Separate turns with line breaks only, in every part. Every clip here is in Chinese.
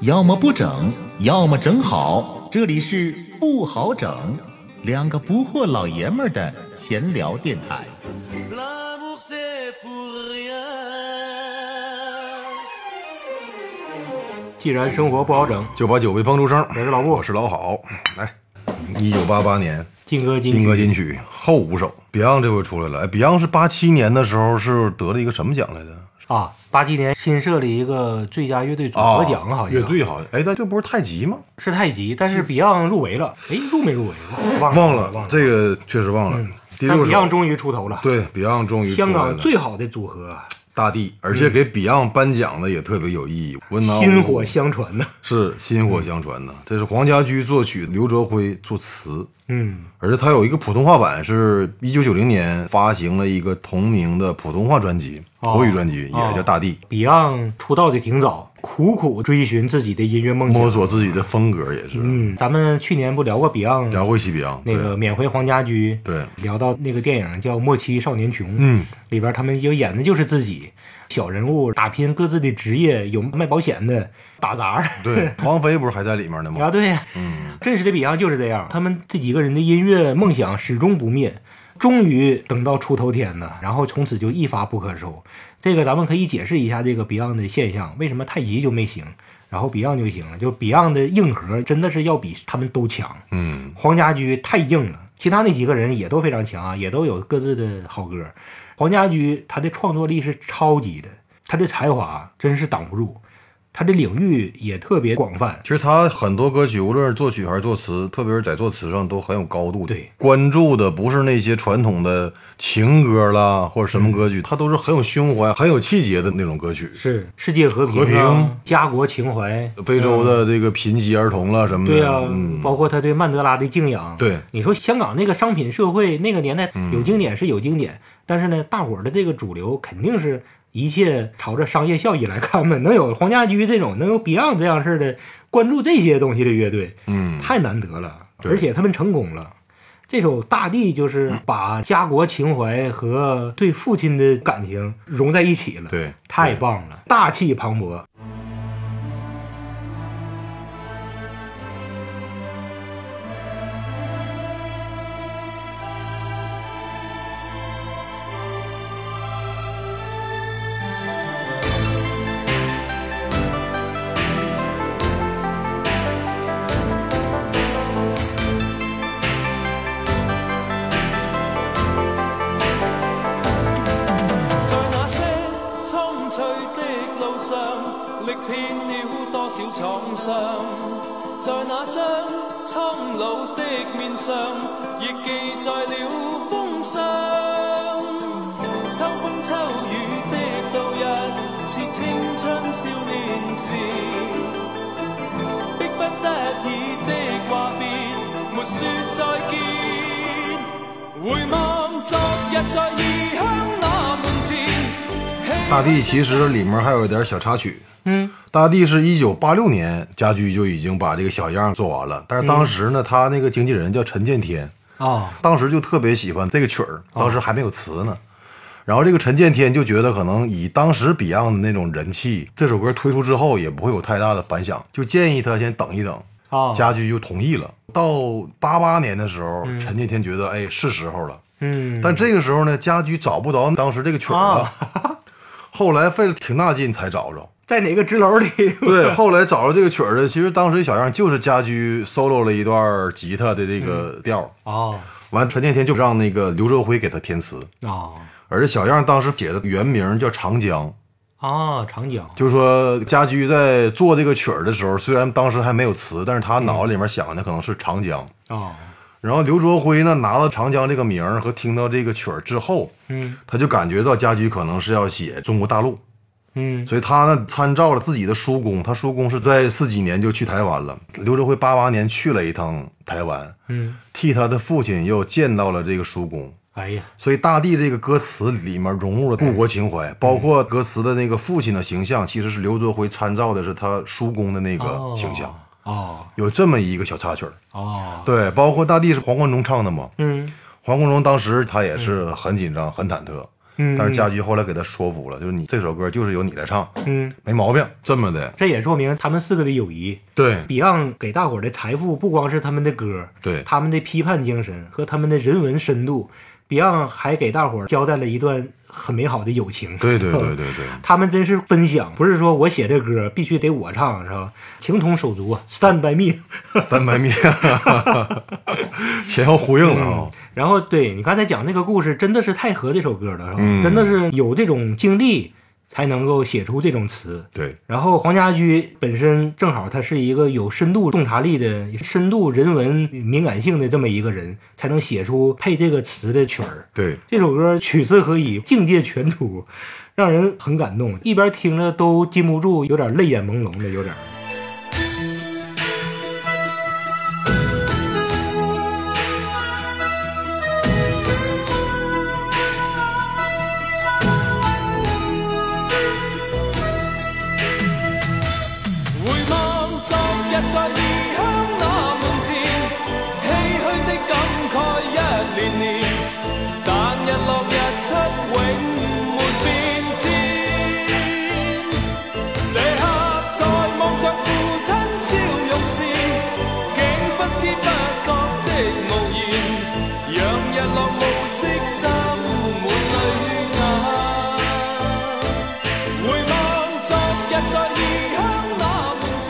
要么不整，要么整好。这里是不好整，两个不惑老爷们儿的闲聊电台。
L'amour c'est pour rien.
既然生活不好整，
九八九为帮助生，
我是老顾
我，是老好。来，一九八八年
金哥金
金歌金曲后五首，Beyond 这回出来了。哎，Beyond 是八七年的时候是得了一个什么奖来的？
啊，八七年新设立一个最佳乐队组合啊奖，好像
乐队好像。哎，但这不是太极吗？
是太极，但是 Beyond 入围了，哎，入没入围忘了
忘
了
了，
忘了。嗯
这个确实忘了。第
但
六首
Beyond 终于出头了，
对 Beyond 终于出来
香
了
港最嗯好的组合，啊
大地，而且给 Beyond 颁奖的也特别有意义。温拿
薪火相传呐。
是薪火相传呐，这是黄家驹作曲，刘哲辉作词。
嗯，
而且它有一个普通话版，是一九九零年发行了一个同名的普通话专辑，
哦
国语专辑，也
哦
叫《大地》，
Beyond 出道的挺早，苦苦追寻自己的音乐梦
摸
想。
索自己的风格也是。
哦嗯，咱们去年不聊过 Beyond
杨慧西比昂，
那个缅怀黄家驹，
对
聊到那个电影叫《莫欺少年穷》，
嗯，
里边他们也演的就是自己小人物打拼各自的职业，有卖保险的，打杂儿，
对 对，王菲不是还在里面呢
啊，
吗？
对，
嗯，
真实的比 e 就是这样，他们这几个人的音乐梦想始终不灭。终于等到出头天了，然后从此就一发不可收。这个咱们可以解释一下这个 Beyond 的现象，为什么太极就没行，然后 Beyond 就行了？就 Beyond 的硬核真的是要比他们都强。
嗯，
黄家驹太硬了，其他那几个人也都非常强啊，也都有各自的好歌。黄家驹他的创作力是超级的，他的才华真是挡不住，他的领域也特别广泛
其。实他很多歌曲，无论是作曲还是作词，特别是在作词上都很有高度的。
对
关注的不是那些传统的情歌啦，或者什么歌曲，他都是很有胸怀、很有气节的那种歌曲。
嗯是世界和平、啊
和平、
家国情怀，
非洲的这个贫瘠儿童啦什么的，
嗯对呀、
嗯，
包括他对曼德拉的敬仰。
对嗯
你说香港那个商品社会那个年代有经典是有经典，但是呢，大伙儿的这个主流肯定是一切朝着商业效益来看嘛。能有黄家驹这种，能有 Beyond 这样式的关注这些东西的乐队，
嗯，
太难得了，
对
而且他们成功了。这首《大地》就是把家国情怀和对父亲的感情融在一起了，
对
太棒了，大气磅礴。
在那些苍翠的路上，歷遍了多少創傷。在那張蒼老的面上，亦記載了風霜。秋風秋雨的度日，是青春少年時。迫不得已的話別，沒說再見。回望昨日在異鄉那門前，希
大地其实里面还有一点小插曲。
嗯，
大地是一九八六年，家驹就已经把这个小样做完了。但是当时呢，他那个经纪人叫陈建天，
啊、
当时就特别喜欢这个曲儿，当时还没有词呢。然后这个陈建天就觉得，可能以当时 Beyond 的那种人气，这首歌推出之后也不会有太大的反响，就建议他先等一等。
啊
家驹就同意了。到八八年的时候，陈建天觉得，哎，是时候了。
嗯，
但这个时候呢，家驹找不着当时这个曲儿了， 后来费了挺大劲才找着。
在哪个纸 篓里？
对，后来找着这个曲儿的，其实当时这小样就是家驹 solo 了一段吉他的这个调儿，
哦
完陈建天就让那个刘哲辉给他填词，
哦
而这小样当时写的原名叫长江，
啊，长江
就是说家驹在做这个曲儿的时候，虽然当时还没有词，但是他脑子里面想的可能是长江。
哦，
然后刘卓辉呢，拿到长江这个名儿和听到这个曲儿之后，
嗯
他就感觉到家驹可能是要写中国大陆，
嗯
所以他呢参照了自己的叔公，他叔公是在四几年就去台湾了。刘哲辉八八年去了一趟台湾，
嗯，
替他的父亲又见到了这个叔公。
哎呀，
所以《大地》这个歌词里面融入了故国情怀，包括歌词的那个父亲的形象，其实是刘卓辉参照的是他叔公的那个形象，
哦
有这么一个小插曲儿。
哦，
对，包括《大地》是黄贯中唱的嘛，
嗯
黄贯中当时他也是很紧张、很忐忑，
嗯
但是家驹后来给他说服了，就是你这首歌就是由你来唱，
嗯，
没毛病，这么的，
这也说明他们四个的友谊。
对
Beyond 给大伙儿的财富不光是他们的歌，
对，
他们的批判精神和他们的人文深度。Beyond 还给大伙儿交代了一段很美好的友情。
对对对对对，
他们真是分享，不是说我写这歌必须得我唱，是吧？情同手足啊，Stand by me。
单白 面，前后呼应了啊、
然后对你刚才讲那个故事，真的是太和这首歌了，是吧？
嗯
真的是有这种经历才能够写出这种词。
对，
然后黄家驹本身正好他是一个有深度洞察力的、深度人文敏感性的这么一个人，才能写出配这个词的曲儿。
对，
这首歌曲词合一，境界全出，让人很感动，一边听着都禁不住有点泪眼朦胧的，有点儿。
回望昨日在异乡那門前，唏噓的感慨一年年，但日落日出永沒變遷。這刻在望着父親笑容時，竟不知不覺的無言，讓日落暮色滲滿淚眼。回望昨日在异乡那門前，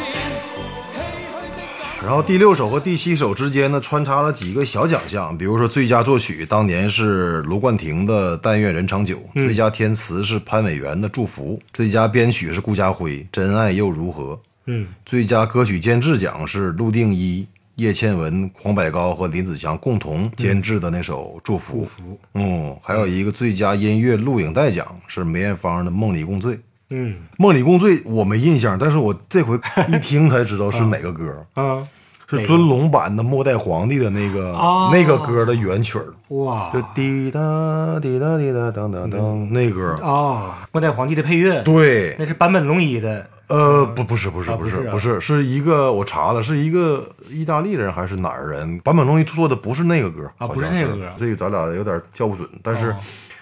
唏噓的感
然后第六首和第七首之间呢，穿插了几个小奖项，比如说最佳作曲当年是卢冠廷的《但愿人长久》，最佳填词是潘伟源的《祝福》，最佳编曲是顾嘉辉《真爱又如何》，
嗯
最佳歌曲监制奖是陆定一、叶倩文、黄百高和林子祥共同监制的那首《祝福》。嗯，还有一个最佳音乐录影带奖是梅艳芳的《梦里共醉》。
嗯
《梦里共醉》我没印象，但是我这回一听才知道是哪 个歌。
啊，
是尊龙版的《末代皇帝》的那个、
啊
那个歌的原曲儿，
哇
就滴答滴答滴答当当当那歌儿。
啊！末代皇帝的配乐，
对
那，是坂本龙一的。
呃，不，不是，不是，
啊
不
不是
是，
啊
不是，是一个我查了，是一个意大利人还是哪儿人？坂本龙一做的不是那个歌，
啊
好
不是
像是
那个歌
这个咱俩有点叫不准，但是
哦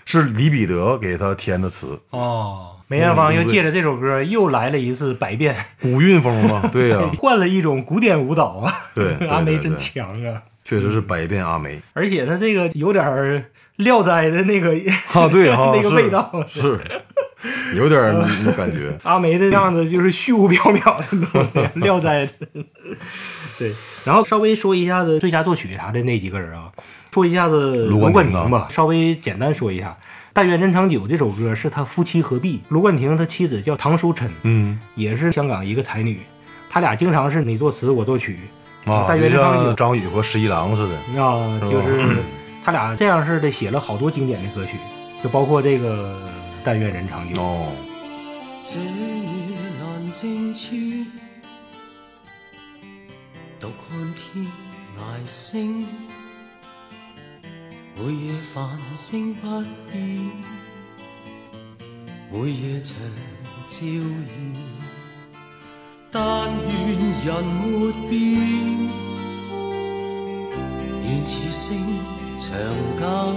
是李彼得给他填的词，
哦，梅艳芳又借着这首歌又来了一次百变，
古韵风 嘛，对呀，
换了一种古典舞蹈啊。
对对
阿梅
对
真
对
强啊！
确实是百变阿梅
而且她这个有点儿廖哉的那个
啊，对 哈，
那个
是
味道
是有点儿那感 觉。
阿梅的样子就是虚无缥缈 的廖哉的。对，然后稍微说一下子最佳作曲啥的那几个人啊，说一下子
卢
卢
冠
冠
廷啊
廷吧，稍微简单说一下。《但愿人长久》这首歌是他夫妻合璧，卢冠廷他妻子叫唐淑琛，
嗯，
也是香港一个才女，他俩经常是你作词我作曲
啊，
嗯大约
就是
张宇
像张宇和十一郎似的。
啊，
吧
就是他俩这样似的写了好多经典的歌曲，就包括这个《但愿人长久》
哦，
這夜難靜處，獨看天涯星。每夜繁星不變，每夜長照耀。但願人沒變，願此星長久，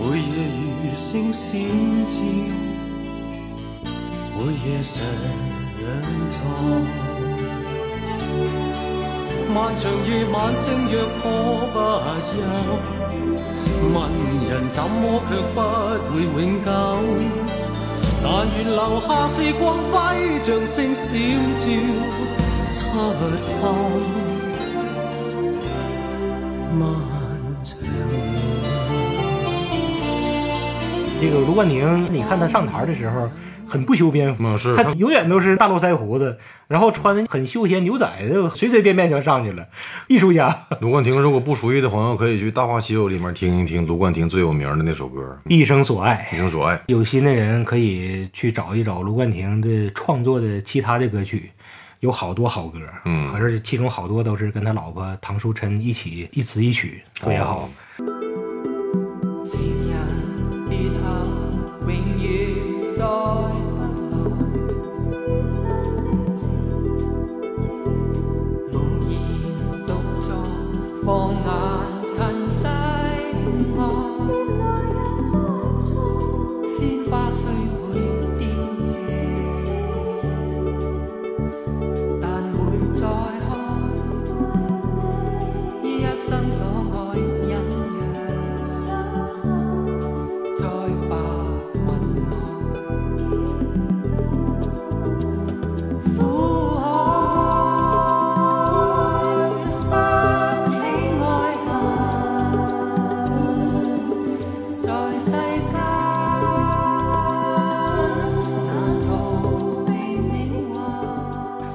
每夜如星閃照。每夜常坐。漫長夜晚星若可不休，問人怎麼卻不會永久。但願留下是光輝，像星閃照出透漫長夜。
这个卢冠廷，你看他上台的时候很不修边幅，
嗯是
他
他
永远都是大络腮胡子，然后穿很休闲牛仔，就随随便便就上去了，艺术家，
卢冠廷，如果不熟悉的朋友可以去《大话西游》里面听一听卢冠廷最有名的那首歌
一生所爱
《一。生所爱》。
有心的人可以去找一找卢冠廷的创作的其他的歌曲，有好多好歌，
嗯
可是其中好多都是跟他老婆唐淑琛一起一词一曲，特别好。
哦
前人別後，永遠再不來。無言獨坐，放眼塵世外，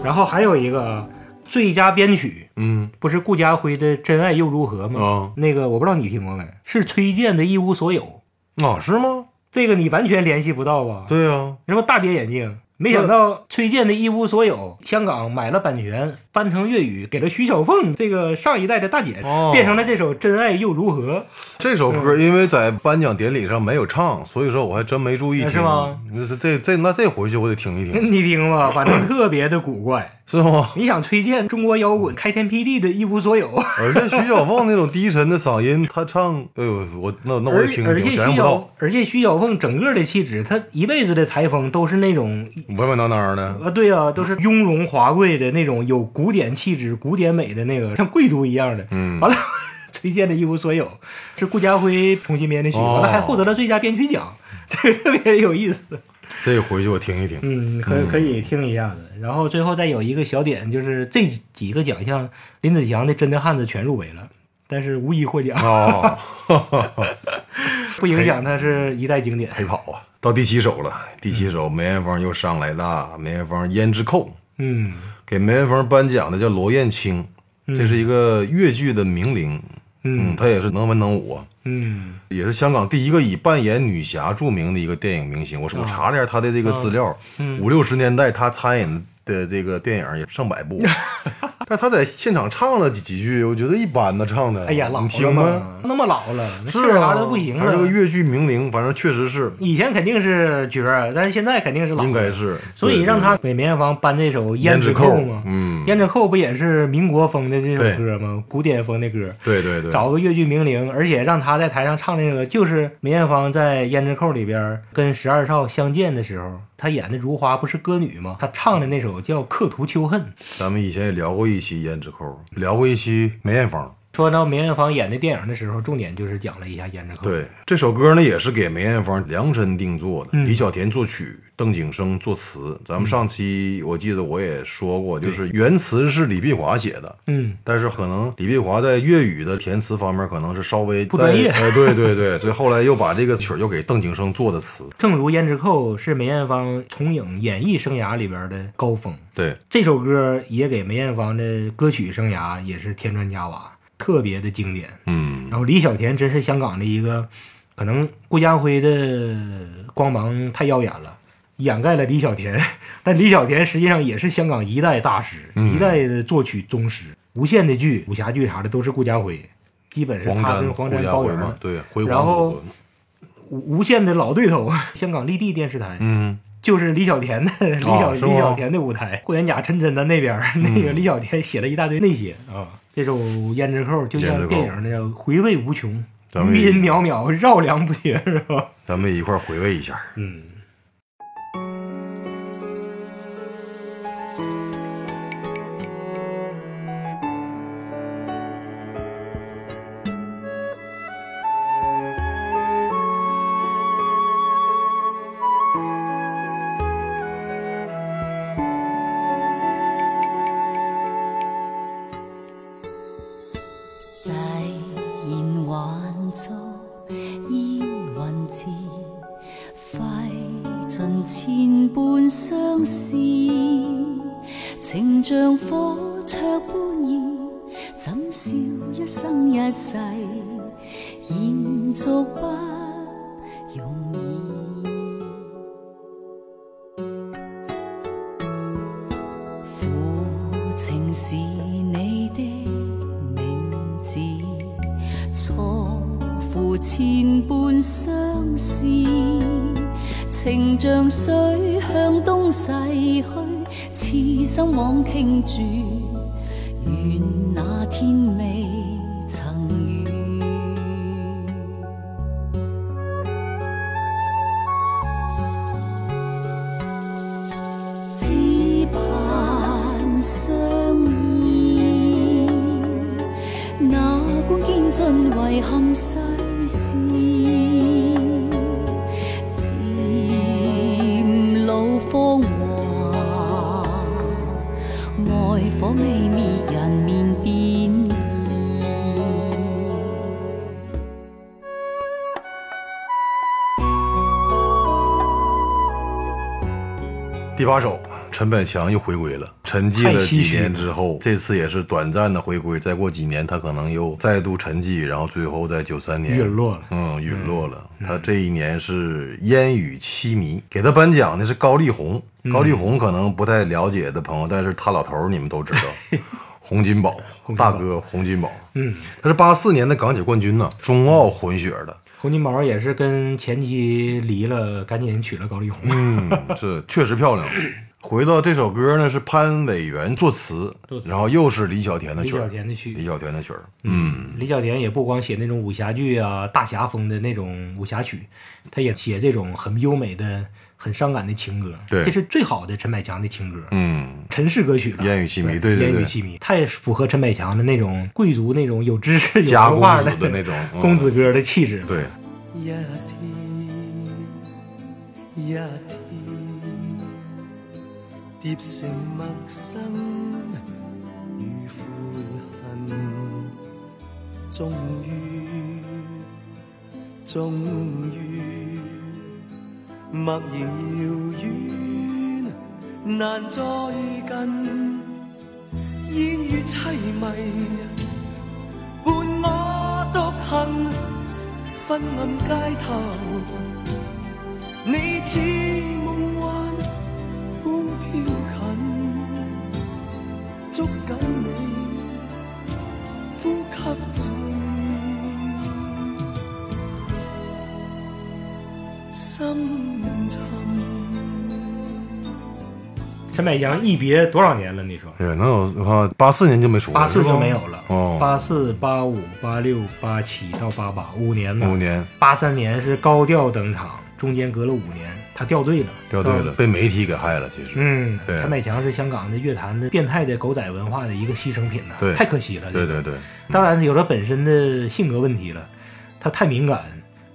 然后还有一个最佳编曲，
嗯
不是顾嘉辉的《真爱又如何》吗？
啊
那个我不知道你听过没，是崔健的《一无所有》，
啊是吗？
这个你完全联系不到吧？
对啊，
什么大跌眼镜？没
嗯
想到崔健的《一无所有》，香港买了版权，翻成粤语给了徐小凤这个上一代的大姐，
哦
变成了这首《真爱又如何》。
这首歌因为在颁奖典礼上没有唱，所以说我还真没注意听。
是吗？
那是这这那这回去我得听一听，
你听吧，反正特别的古怪。
是吗？
你想崔健中国摇滚开天辟地的一无所有，
而且徐小凤那种低沉的嗓音，她唱，哎呦，我那那我
而
也听
而
一
且
听，
徐
想象不
小
到，
而且徐小凤整个的气质，她一辈子的台风都是那种
稳稳当当的。
啊，对啊，都是雍容华贵的那种，有古典气质、古典美的那个，像贵族一样的。
嗯
完了， 崔健的《一无所有》是顾嘉辉重新编的曲，
哦
完了还获得了最佳编曲奖，这个特别有意思。
这回去我听 一听。
嗯，可可以听一下子。然后最后再有一个小点，就是这几个奖项，林子祥的《真的汉子》全入围了，但是无一获奖，
哦，
不影响它是一代经典。
陪跑啊，到第七首了。第七首梅艳芳又上来啦，梅艳芳《胭脂扣》
嗯
给梅艳芳颁奖的叫罗燕青，这是一个越剧的名伶，
嗯
她也是能文能武啊。
嗯
也是香港第一个以扮演女侠著名的一个电影明星。我我
啊
查了一下她的这个资料，
嗯
五六十年代她参演的这个电影也上 百部，但她在现场唱了几几句，我觉得一般的唱的。
哎呀，老
你
了
听吗？
嘛，那么老了，那
是
事儿啥
啊，
都不行
她是个
了。
越剧名伶，反正确实是，
以前肯定是角儿，但是现在肯定是老了，
应该是。
所以
对
让
对
他给梅艳芳颁这首《胭
胭
脂
脂
扣
扣》
嘛，
嗯
胭脂扣》不也是民国风的这
对
首歌吗？古典风的歌，
对对对，
找个越剧名伶，而且让他在台上唱那个，就是梅艳芳在《胭脂扣》里边跟十二少相见的时候，她演的如花不是歌女吗？她唱的那首叫《刻图秋恨》。
咱们以前也聊过一期胭脂扣，聊过一期梅艳芳。
说到梅艳芳演的电影的时候，重点就是讲了一下《胭脂扣》。，
对，这首歌呢也是给梅艳芳量身定做的，
嗯
李小田作曲，邓景生作词。咱们上期
嗯
我记得我也说过，就是原词是李碧华写的。
嗯，
但是可能李碧华在粤语的填词方面可能是稍微
不专业
在哎，对对对， 所以后来又把这个曲儿又给邓景生做的词。
正如《胭脂扣》是梅艳芳重影演艺生涯里边的高峰。
对，
这首歌也给梅艳芳的歌曲生涯也是添砖加瓦，特别的经典。
嗯
然后李小田真是香港的一个，可能顾嘉辉的光芒太耀眼了，掩盖了李小田， 但李小田实际上也是香港一代大师，
嗯
一代的作曲宗师，无限的剧、武侠剧啥的都是顾嘉辉，基本是
黄
他
沾
跟黄
顾
沾
家
包
辉
圆
嘛
了，，
对，辉
然
煌
后
组合
无无限的老对头， 香港丽地电视台。
嗯，
就是李小田的 李小、
哦是吗嗯
李小田的舞台，霍元甲、陈真的那边儿， 那个李小田写了一大堆那些啊。这首《胭脂扣》就
哦胭
像
脂扣
电影那样回味无穷，
咱们
余音渺渺，绕梁不绝，是吧？
咱们一块儿回味一下。
嗯，
誓言还俗，烟云字，费尽千般相思。情像火灼般焰，怎笑一生一世，延续不容易。苦情是你的名字，错付千般相思，情像水向东逝去，痴心枉倾注，愿那天未曾遇。只盼相依，那光堅盡遺憾世事，漸老芳華，愛火未滅，人面變異。
第八首，陈百强又回归了，沉寂了几
太唏嘘了
年之后，这次也是短暂的回归，再过几年他可能又再度沉寂，然后最后在九三年
陨落了
嗯，陨落了。他这一年是《烟雨凄迷》，给他颁奖的是高丽红。
嗯
高丽红可能不太了解的朋友，但是他老头儿你们都知 道，洪金宝大哥洪金宝，
嗯，
他是八四年的港姐冠军呢，中澳混血的。
洪金宝也是跟前妻离了，赶紧娶了高丽红。
嗯，是确实漂亮。回到这首歌呢，是潘伟源作词
作，词
然后又是李小田的
李
曲儿，
小田的曲
李小田的曲儿，嗯，
李小田也不光写那种武侠剧啊、大侠风的那种武侠曲，他也写这种很优美的、很伤感的情歌。
对
这是最好的陈百强的情歌，
嗯，
陈氏歌曲了。
烟雨凄迷对对对
烟雨凄迷太符合陈百强的那种贵族那种有知识、有
家
文化
公子的那种嗯
公子哥的气质。，
对，
一天一天，叠成陌生与悔恨，终于，终于，默然遥远，难再近，烟雨凄迷，伴我独行。昏暗街头，你似梦幻般飘近，捉紧你呼吸间，深沉。
陈百强一别多少年了？你说？
也能有我看八四年就没出来，
八四就没有了
哦，
八四、八五、八六、八七到八八，五年呢。
五年
八三年是高调登场，中间隔了五年，他掉队了，
掉队了，
嗯。
被媒体给害了，其实，
嗯，
对
陈百强是香港的乐坛的变态的狗仔文化的一个牺牲品呐、
对
太可惜了。
对
这个
对对，
当然有他本身的性格问题了，他太敏感，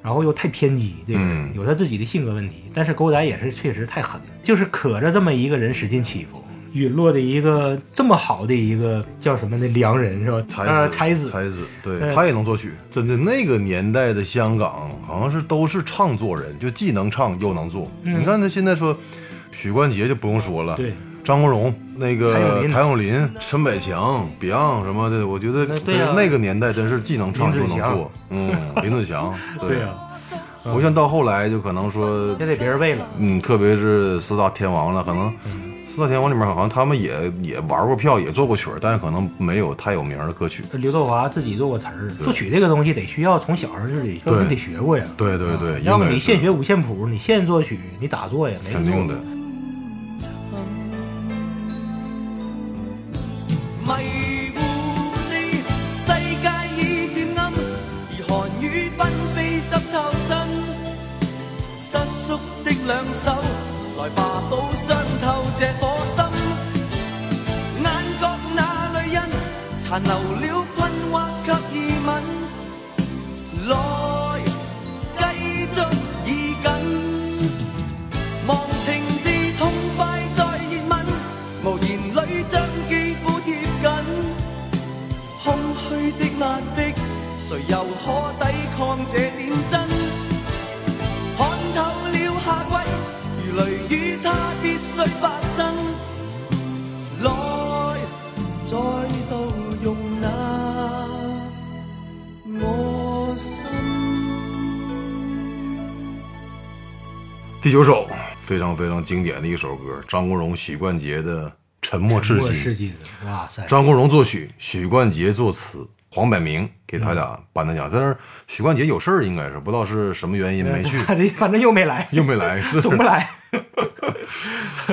然后又太偏激，这个人
嗯
有他自己的性格问题。但是狗仔也是确实太狠，就是可着这么一个人使劲欺负。陨落的一个这么好的一个叫什么呢？良人是吧？
才
当然呃
子，
才子，
才子，
嗯
对他也能作曲，真的，那个年代的香港好像是都是唱作人，就既能唱又能做。
嗯
你看他现在说，许冠杰就不用说了，
对，
张国荣、那
谭咏
个
麟
谭咏麟、陈百强、Beyond 什么的，我觉得
那
就
对
是
啊
那个年代真是既能唱
林
又
子
能
祥
做。嗯，林 子祥，
对啊呀、
呀，不像到后来就可能说
也得别人喂了。
嗯，特别是四大天王了，可能
嗯
四大天王里面好像他们也也玩过票，也做过曲儿，但是可能没有太有名儿的歌曲。
刘德华自己做过词儿，作曲这个东西得需要从小上就得，要
对
你得学过呀。
对对对，应
要不
该
啊你
是
现学五线谱，你现作曲，你咋做呀？没
肯定的，
迷糊地，世界已漸暗，而寒雨紛飛濕透身。失縮的兩手，來吧，補傷透這顆心。眼角那淚印，殘留了困惑及疑問。來，繼續以緊。忘情地痛快再熱吻，無言裏將肌膚貼緊，空虛的壓迫，誰又可抵抗這點真？看透了夏季，如雷雨它必須發生，來再度容納我心。
第九首非常非常经典的一首歌，张国荣、许冠杰的《沉默
沉
是
默
金》。
是金，哇塞！
张国荣作曲，许冠杰作词，黄百鸣给他
嗯
俩颁的奖。但是许冠杰有事儿，应该是不知道是什么原因没去，
反正 反正又没来，
又没来。是
总不来。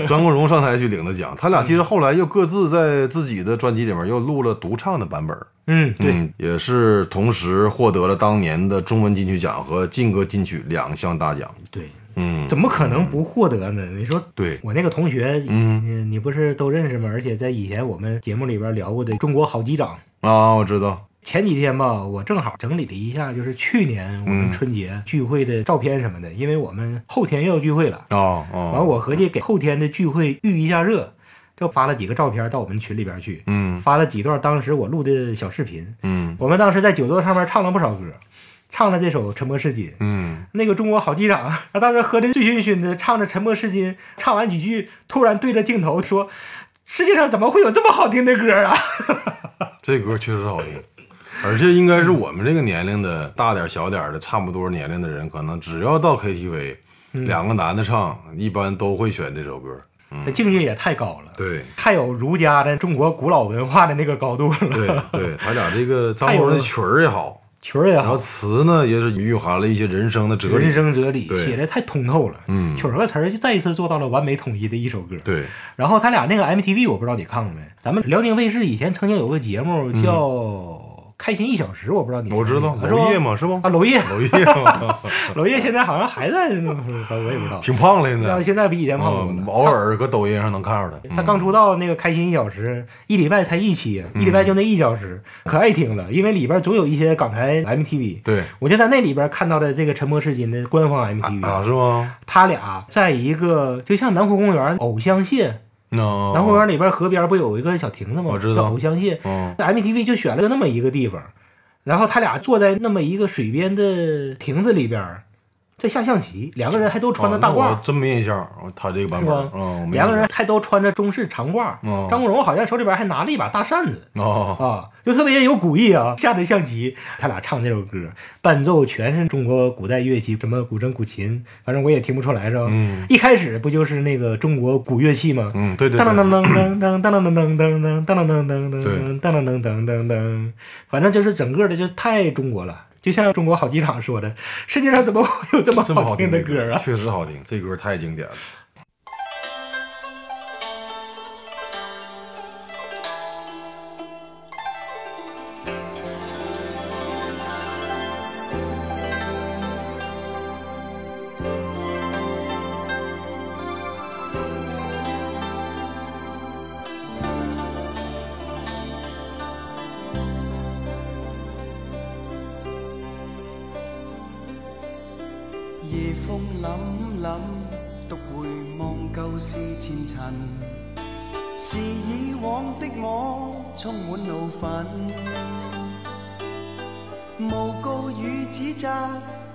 张国荣上台去领的奖，他俩其实后来又各自在自己的专辑里面又录了独唱的版本。
嗯，对，
嗯，也是同时获得了当年的中文金曲奖和劲歌金曲两项大奖。
对，
嗯，
怎么可能不获得呢？你说，
对
我那个同学，
嗯
你，你不是都认识吗？而且在以前我们节目里边聊过的中国好机长，
啊？我知道，
前几天吧，我正好整理了一下，就是去年我们
嗯
春节聚会的照片什么的，因为我们后天又要聚会了。
啊啊，
完，我合计给后天的聚会预一下热，就发了几个照片到我们群里边去，
嗯
发了几段当时我录的小视频。
嗯
我们当时在酒桌上面唱了不少歌，唱了这首《沉默是金》。
嗯，
那个中国好机长，他当时喝的醉醺醺的，唱着《沉默是金》，唱完几句，突然对着镜头说：“世界上怎么会有这么好听的歌啊
这歌确实好听，而且应该是我们这个年龄的大点儿小点儿的差不多年龄的人，可能只要到 KTV，、两个
嗯
男的唱，一般都会选这首歌。？”
那境界也太高了，
嗯对，
太有儒家的中国古老文化的那个高度
对
了。
对，他俩这个 张
太有
国荣
了
的曲儿也好，
曲儿也
然后
好，
词呢也是蕴含了一些人生的哲理。
人生哲理
对
写的太通透了。
嗯
曲儿和词儿就再一次做到了完美统一的一首歌。
对，
然后他俩那个 MTV 我不知道你看过没？咱们辽宁卫视以前曾经有个节目叫《开心一小时》，我不知道你
嗯我知道
看没看
娄烨嘛，是不？
啊，娄烨，
娄烨 嘛，
娄烨现在好像还在，我也不知道。
挺胖了现
但
在，
现在比以前胖多
嗯
了。
偶尔嗯搁抖音上能看着
他
他。
他刚出道那个《开心一小时》，一礼拜才一期，一礼拜就
嗯
那一小时，可爱听了，因为里边总有一些港台 MTV。
对
我就在那里边看到了这个《沉默是金》的官方
嗯
MTV，、
啊，是吗？
他俩在一个就像南湖公园藕香榭，
那
南湖公园里边河边不有一个小亭子吗？
哦我知道
叫藕香榭。
嗯，
那 MTV 就选了那么一个地方，然后他俩坐在那么一个水边的亭子里边儿，在下象棋，两个人还都穿着大褂
啊
儿，
那我真没印象，哦他这个版
是
本
吧，？
嗯，我没
两个人
印
还都穿着中式长褂儿。
哦
张国荣好像手里边还拿了一把大扇子
象哦，
啊，就特别有古意啊。下着象棋，他俩唱这首歌，伴奏全是中国古代乐器，什么古筝、古琴，反正我也听不出来是吧？
嗯
一开始不就是那个中国古乐器吗？
嗯，对对
当当
对，
当当当当当当当当当当当当当当当当当当当，反正就是整个的就太中国了，就像中国好机场说的，世界上怎么会有这么
这么
好听
的
的歌啊？
确实好听，这歌太经典了。
夜風凛凛，獨回望舊事前塵，是以往的我充滿怒憤，诬告與指責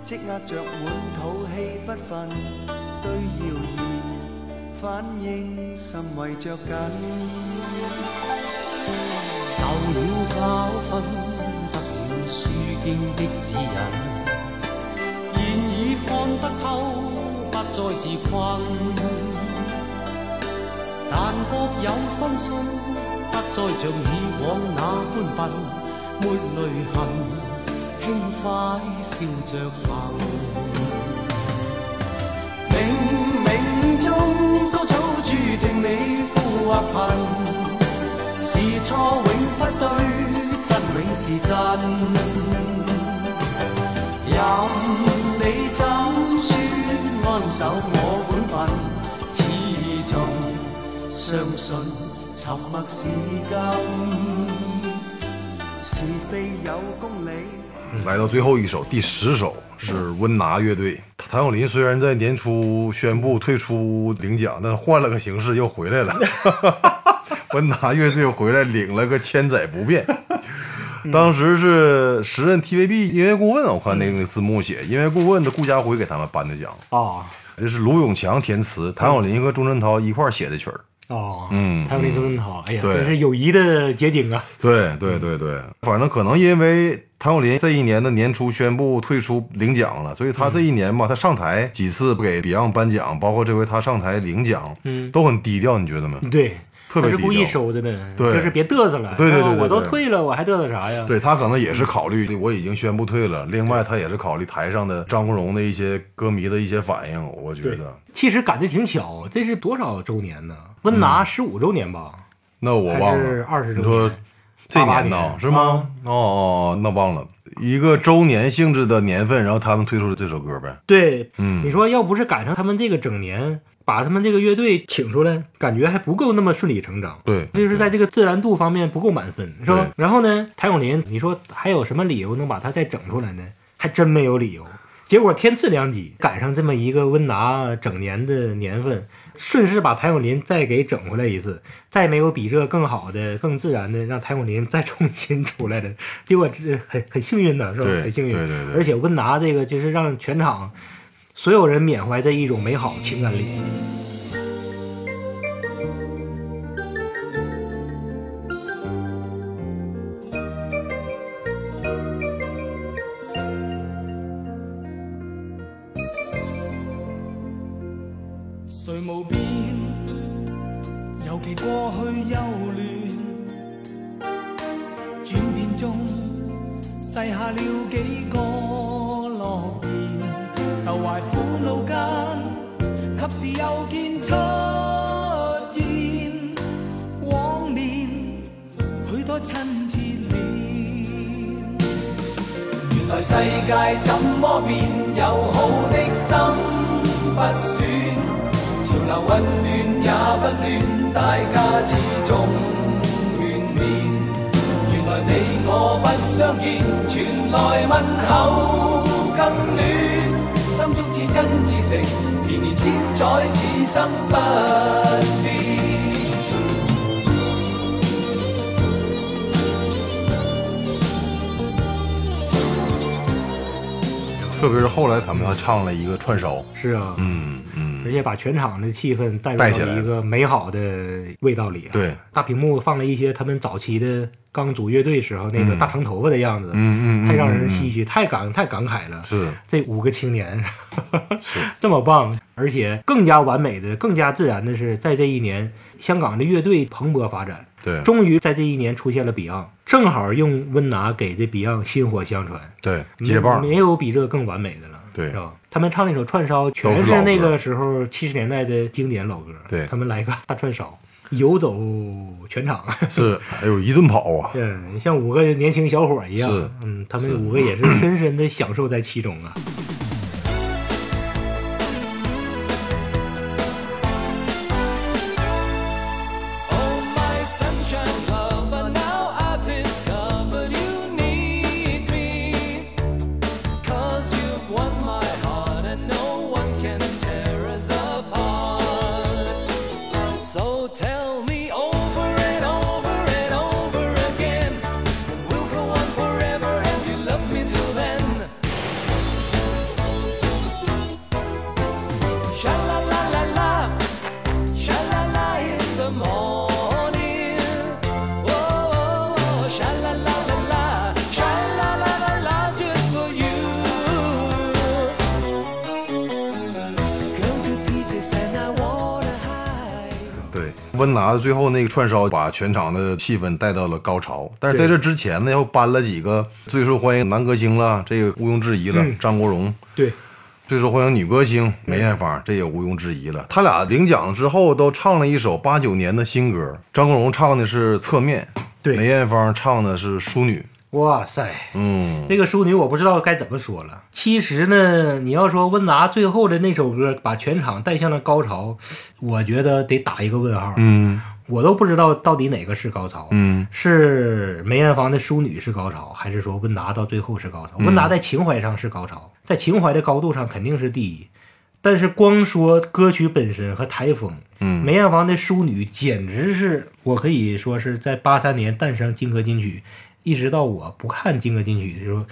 積壓着滿肚氣不憤，對謠言反應甚為着緊。
受了教訓，得了書經的指引，現已看得透，不再自困。但各有分數，不再像以往那般笨，沒淚痕，輕快笑着行。
冥冥中都早注定你富或貧，是錯永不對，真永是真。任你怎説，安守我本分，始終相信沉默是金，是非有公理。
来到最后一首，第十首是温拿乐队。谭咏麟虽然在年初宣布退出领奖，但换了个形式又 回来了。 温拿乐队回来领了个千载不变。
嗯
当时是时任 TVB 音乐顾问，我看那个字幕写音乐顾问的顾嘉辉给他们颁的奖。
啊
这是卢永强填词，谭咏麟和钟镇涛一块儿写的曲儿。
哦，
嗯
还有那周润涛，哎呀，
对
真是友谊的结晶啊！
对对对对，反正可能因为谭咏麟这一年的年初宣布退出领奖了，所以他这一年吧，他上台几次给 Beyond 颁奖，包括这回他上台领奖，
嗯
都很低调，你觉得没？
对，
特
他
别
是
低调
故意收着呢，
对
就是别嘚瑟了。
对对对
啊
对对
我都退了，我还嘚瑟啥呀？
对他可能也是考虑我已经宣布退了，另外他也是考虑台上的张国荣的一些歌迷的一些反应，我觉
对
得。
其实赶得挺巧，这是多少周年呢？温拿十五周年吧，
那我
还
忘
是
了，
20
你说
周年
这
88
呢
年嗯
是吗？哦哦，哦那忘了一个周年性质的年份，然后他们推出了这首歌呗。
对，
嗯
你说要不是赶上他们这个整年，把他们这个乐队请出来，感觉还不够那么顺理成章。
对
就是在这个自然度方面不够满分，是吧
对？
然后呢，谭咏麟，你说还有什么理由能把他再整出来呢？还真没有理由。结果天赐良机，赶上这么一个温拿整年的年份，顺势把谭咏麟再给整回来一次。再没有比这更好的、更自然的让谭咏麟再重新出来的。结果这很很幸运的是吧？
对
很幸运。
对对对
而且温拿这个就是让全场所有人缅怀的一种美好情感礼。
谁无变？尤其过去幼嫩，转变中细下了几个诺言，愁怀苦恼间，及时又见出现往面，许多亲切脸。原来世界怎么变，有好的心不选，潮流混乱也不乱，大家始终眷恋。原来你我不相见，傳來問候更暖，心中至真至誠，年年千載此生不變。
特别是后来他们还唱了一个串烧，
是啊，
嗯嗯，
而且把全场的气氛带入
带起来
到一个美好的味道里、啊。
对，
大屏幕放了一些他们早期的刚组乐队时候那个大长头发的样子，
嗯嗯嗯嗯
太让人
嗯
唏嘘，太感太感慨了。
是
这五个青年 这么棒，而且更加完美的、更加自然的是，在这一年，香港的乐队蓬勃发展，
对
终于在这一年出现了 Beyond，正好用温拿给这 Beyond 薪火相传，
对接棒
没，没有比这更完美的了，
对
是吧？他们唱那首《串烧》，
都
全
是
是
老
那
歌
个时候七十年代的经典老歌，
对
他们来个大串烧，游走全场。
是哎呦一顿跑啊，
嗯，像五个年轻小伙一样
是，
嗯，他们五个也是深深的享受在其中啊。
Oh my sunshine love, but now I've discovered you need me. 'Cause you've won my heart and no one can tear us apart. So tell me over and over and over again. We'll go on forever and you love me till then. Sha la la la la. Sha la la in the morning. Oh, sha la la la la. Sha la la la la just for you. Go to pieces and I wanna hide.
对，温拿的最后那个串烧把全场的气氛带到了高潮，但是在这之前呢，又搬了几个最受欢迎男歌星了，这个毋庸置疑了，
嗯
张国荣。
对，
最受欢迎女歌星梅艳芳，这也毋庸置疑了。他俩领奖之后都唱了一首八九年的新歌，张国荣唱的是《侧面》，
对
梅艳芳唱的是《淑女》。
哇塞，
嗯，
这个淑女我不知道该怎么说了。其实呢，你要说温拿最后的那首歌把全场带向了高潮，我觉得得打一个问号。
嗯
我都不知道到底哪个是高潮。
嗯，
是梅艳芳的《淑女》是高潮，还是说温拿到最后是高潮？温拿
嗯
在情怀上是高潮，在情怀的高度上肯定是第一。但是光说歌曲本身和台风，
嗯
梅艳芳的《淑女》简直是我可以说是在八三年诞生金歌金曲，一直到我不看金歌金曲的时候。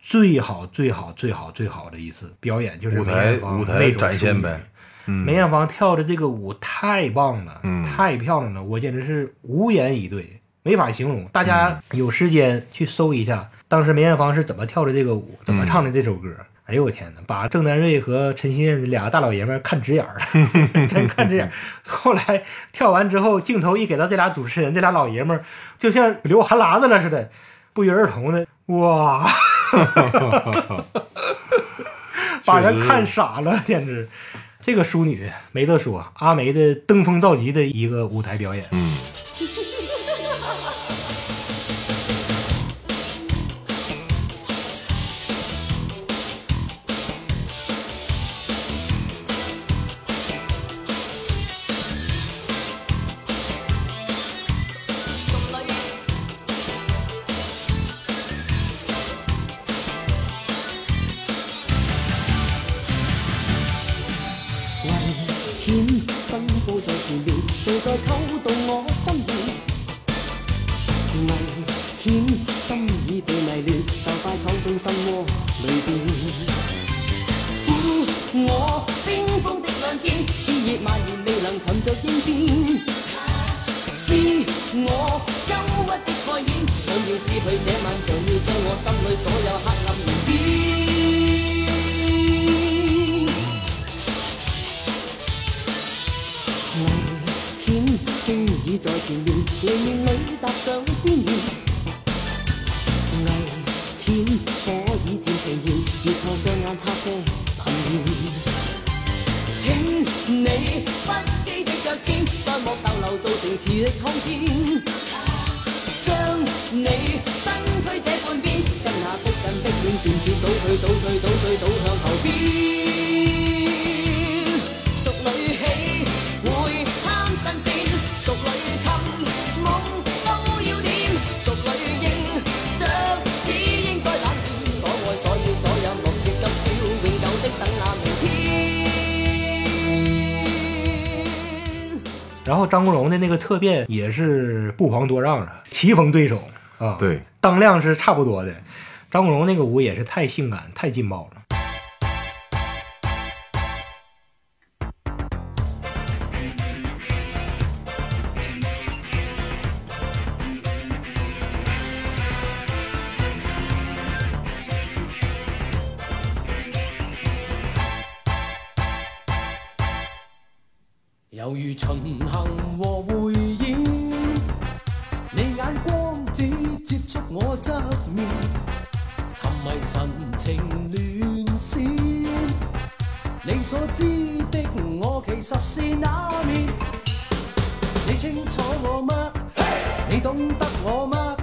最好、最好、最好、最好的一次表演就是
舞台
梅艳芳
舞台
那种
展现
淑女
呗
梅艳芳跳的这个舞太棒了，
嗯
太漂亮了，我简直是无言以对，没法形容。大家有时间去搜一下，当时梅艳芳是怎么跳的这个舞，怎么唱的这首歌。哎呦我天哪！把郑丹瑞和陈欣燕俩大老爷们儿看直眼儿了，真看直眼儿。后来跳完之后，镜头一给到这俩主持人，这俩老爷们儿就像流哈喇子了似的，不约而同的哇，把人看傻了，简直。这个淑女没得说，阿梅的登峰造极的一个舞台表演。
嗯，
Hãy subscribe cho kênh Ghiền Mì Gõ Để không bỏ lỡ
谁在偷渡我心意？危險心已被迷亂，就快闖進心窩裏邊。苦我冰封的兩件，熾熱蔓延未能尋着應變。是我憂鬱的蓋掩，想要撕去這晚，就要將我心裏所有黑暗燃點。危險經已在前面，離面裏踏上邊緣。危險火已漸呈現，月透雙眼差些頻現。請你不羈的腳尖，再莫逗留，造成磁力抗戰。將你身軀這半邊，跟那逼近逼遠，漸次倒退倒退倒退倒向後邊。淑女起會貪新鮮，淑女尋夢都要點，淑女應着只應該冷淡，所愛所要所有莫說今宵，永久的等那明天。
然后张国荣的那个侧变也是不遑多让啊，棋逢对手啊，
对，
当量是差不多的。张国荣那个舞也是太性感、太劲爆了。
猶如巡行和匯演，你眼光只接觸我側面，沉迷神情亂閃。你所知的我其實是那面，你清楚我嗎？你懂得我嗎？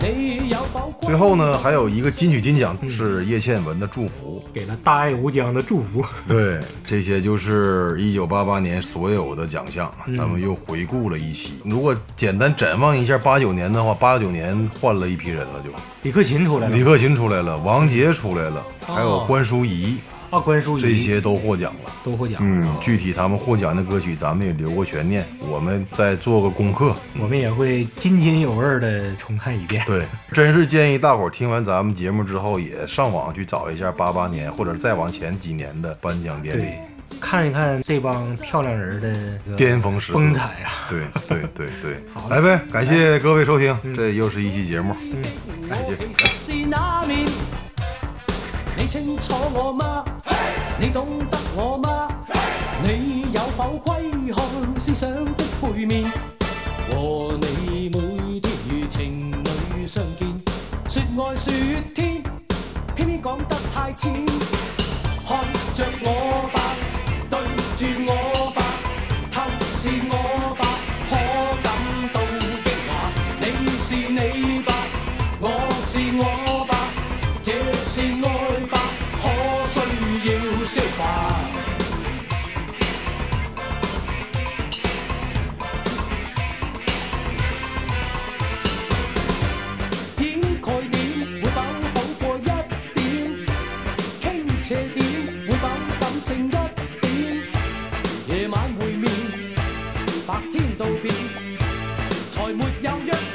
你有否
最后呢，还有一个金曲金奖是叶倩文的《祝福
给了大爱无疆的祝福。》。
对，这些就是一九八八年所有的奖项，啊
嗯
咱们又回顾了一期。如果简单展望一下八九年的话，八九年换了一批人了就，
李克勤出来
李
了，
克勤出来了，王杰出来了，还有
哦
关淑怡，
啊，关淑怡
这些都获奖了。
都获奖。
嗯，具体他们获奖的歌曲，咱们也留过悬念，我们再做个功课。
我们也会津津有味的重看一遍。
对，真是建议大伙儿听完咱们节目之后，也上网去找一下八八年或者再往前几年的颁奖典礼
对，看一看这帮漂亮人的这个
巅峰时刻。
风采啊！
对对对对
好，嗯
来呗！感谢各位收听，这又是一期节目，哎感谢。
嗯其實是那面。你清楚我嗎？你懂得我嗎？你有否窺看思想的背面？和你每天如情侶相見，說愛說天，偏偏講得太淺。看着我吧，對住我吧，透視我吧，可感到驚訝。你是你吧，我是我吧，這是愛吧，可需要消化。掩蓋點會否好過一點？傾斜點會否感性一點？夜晚會面，白天道別，才沒有約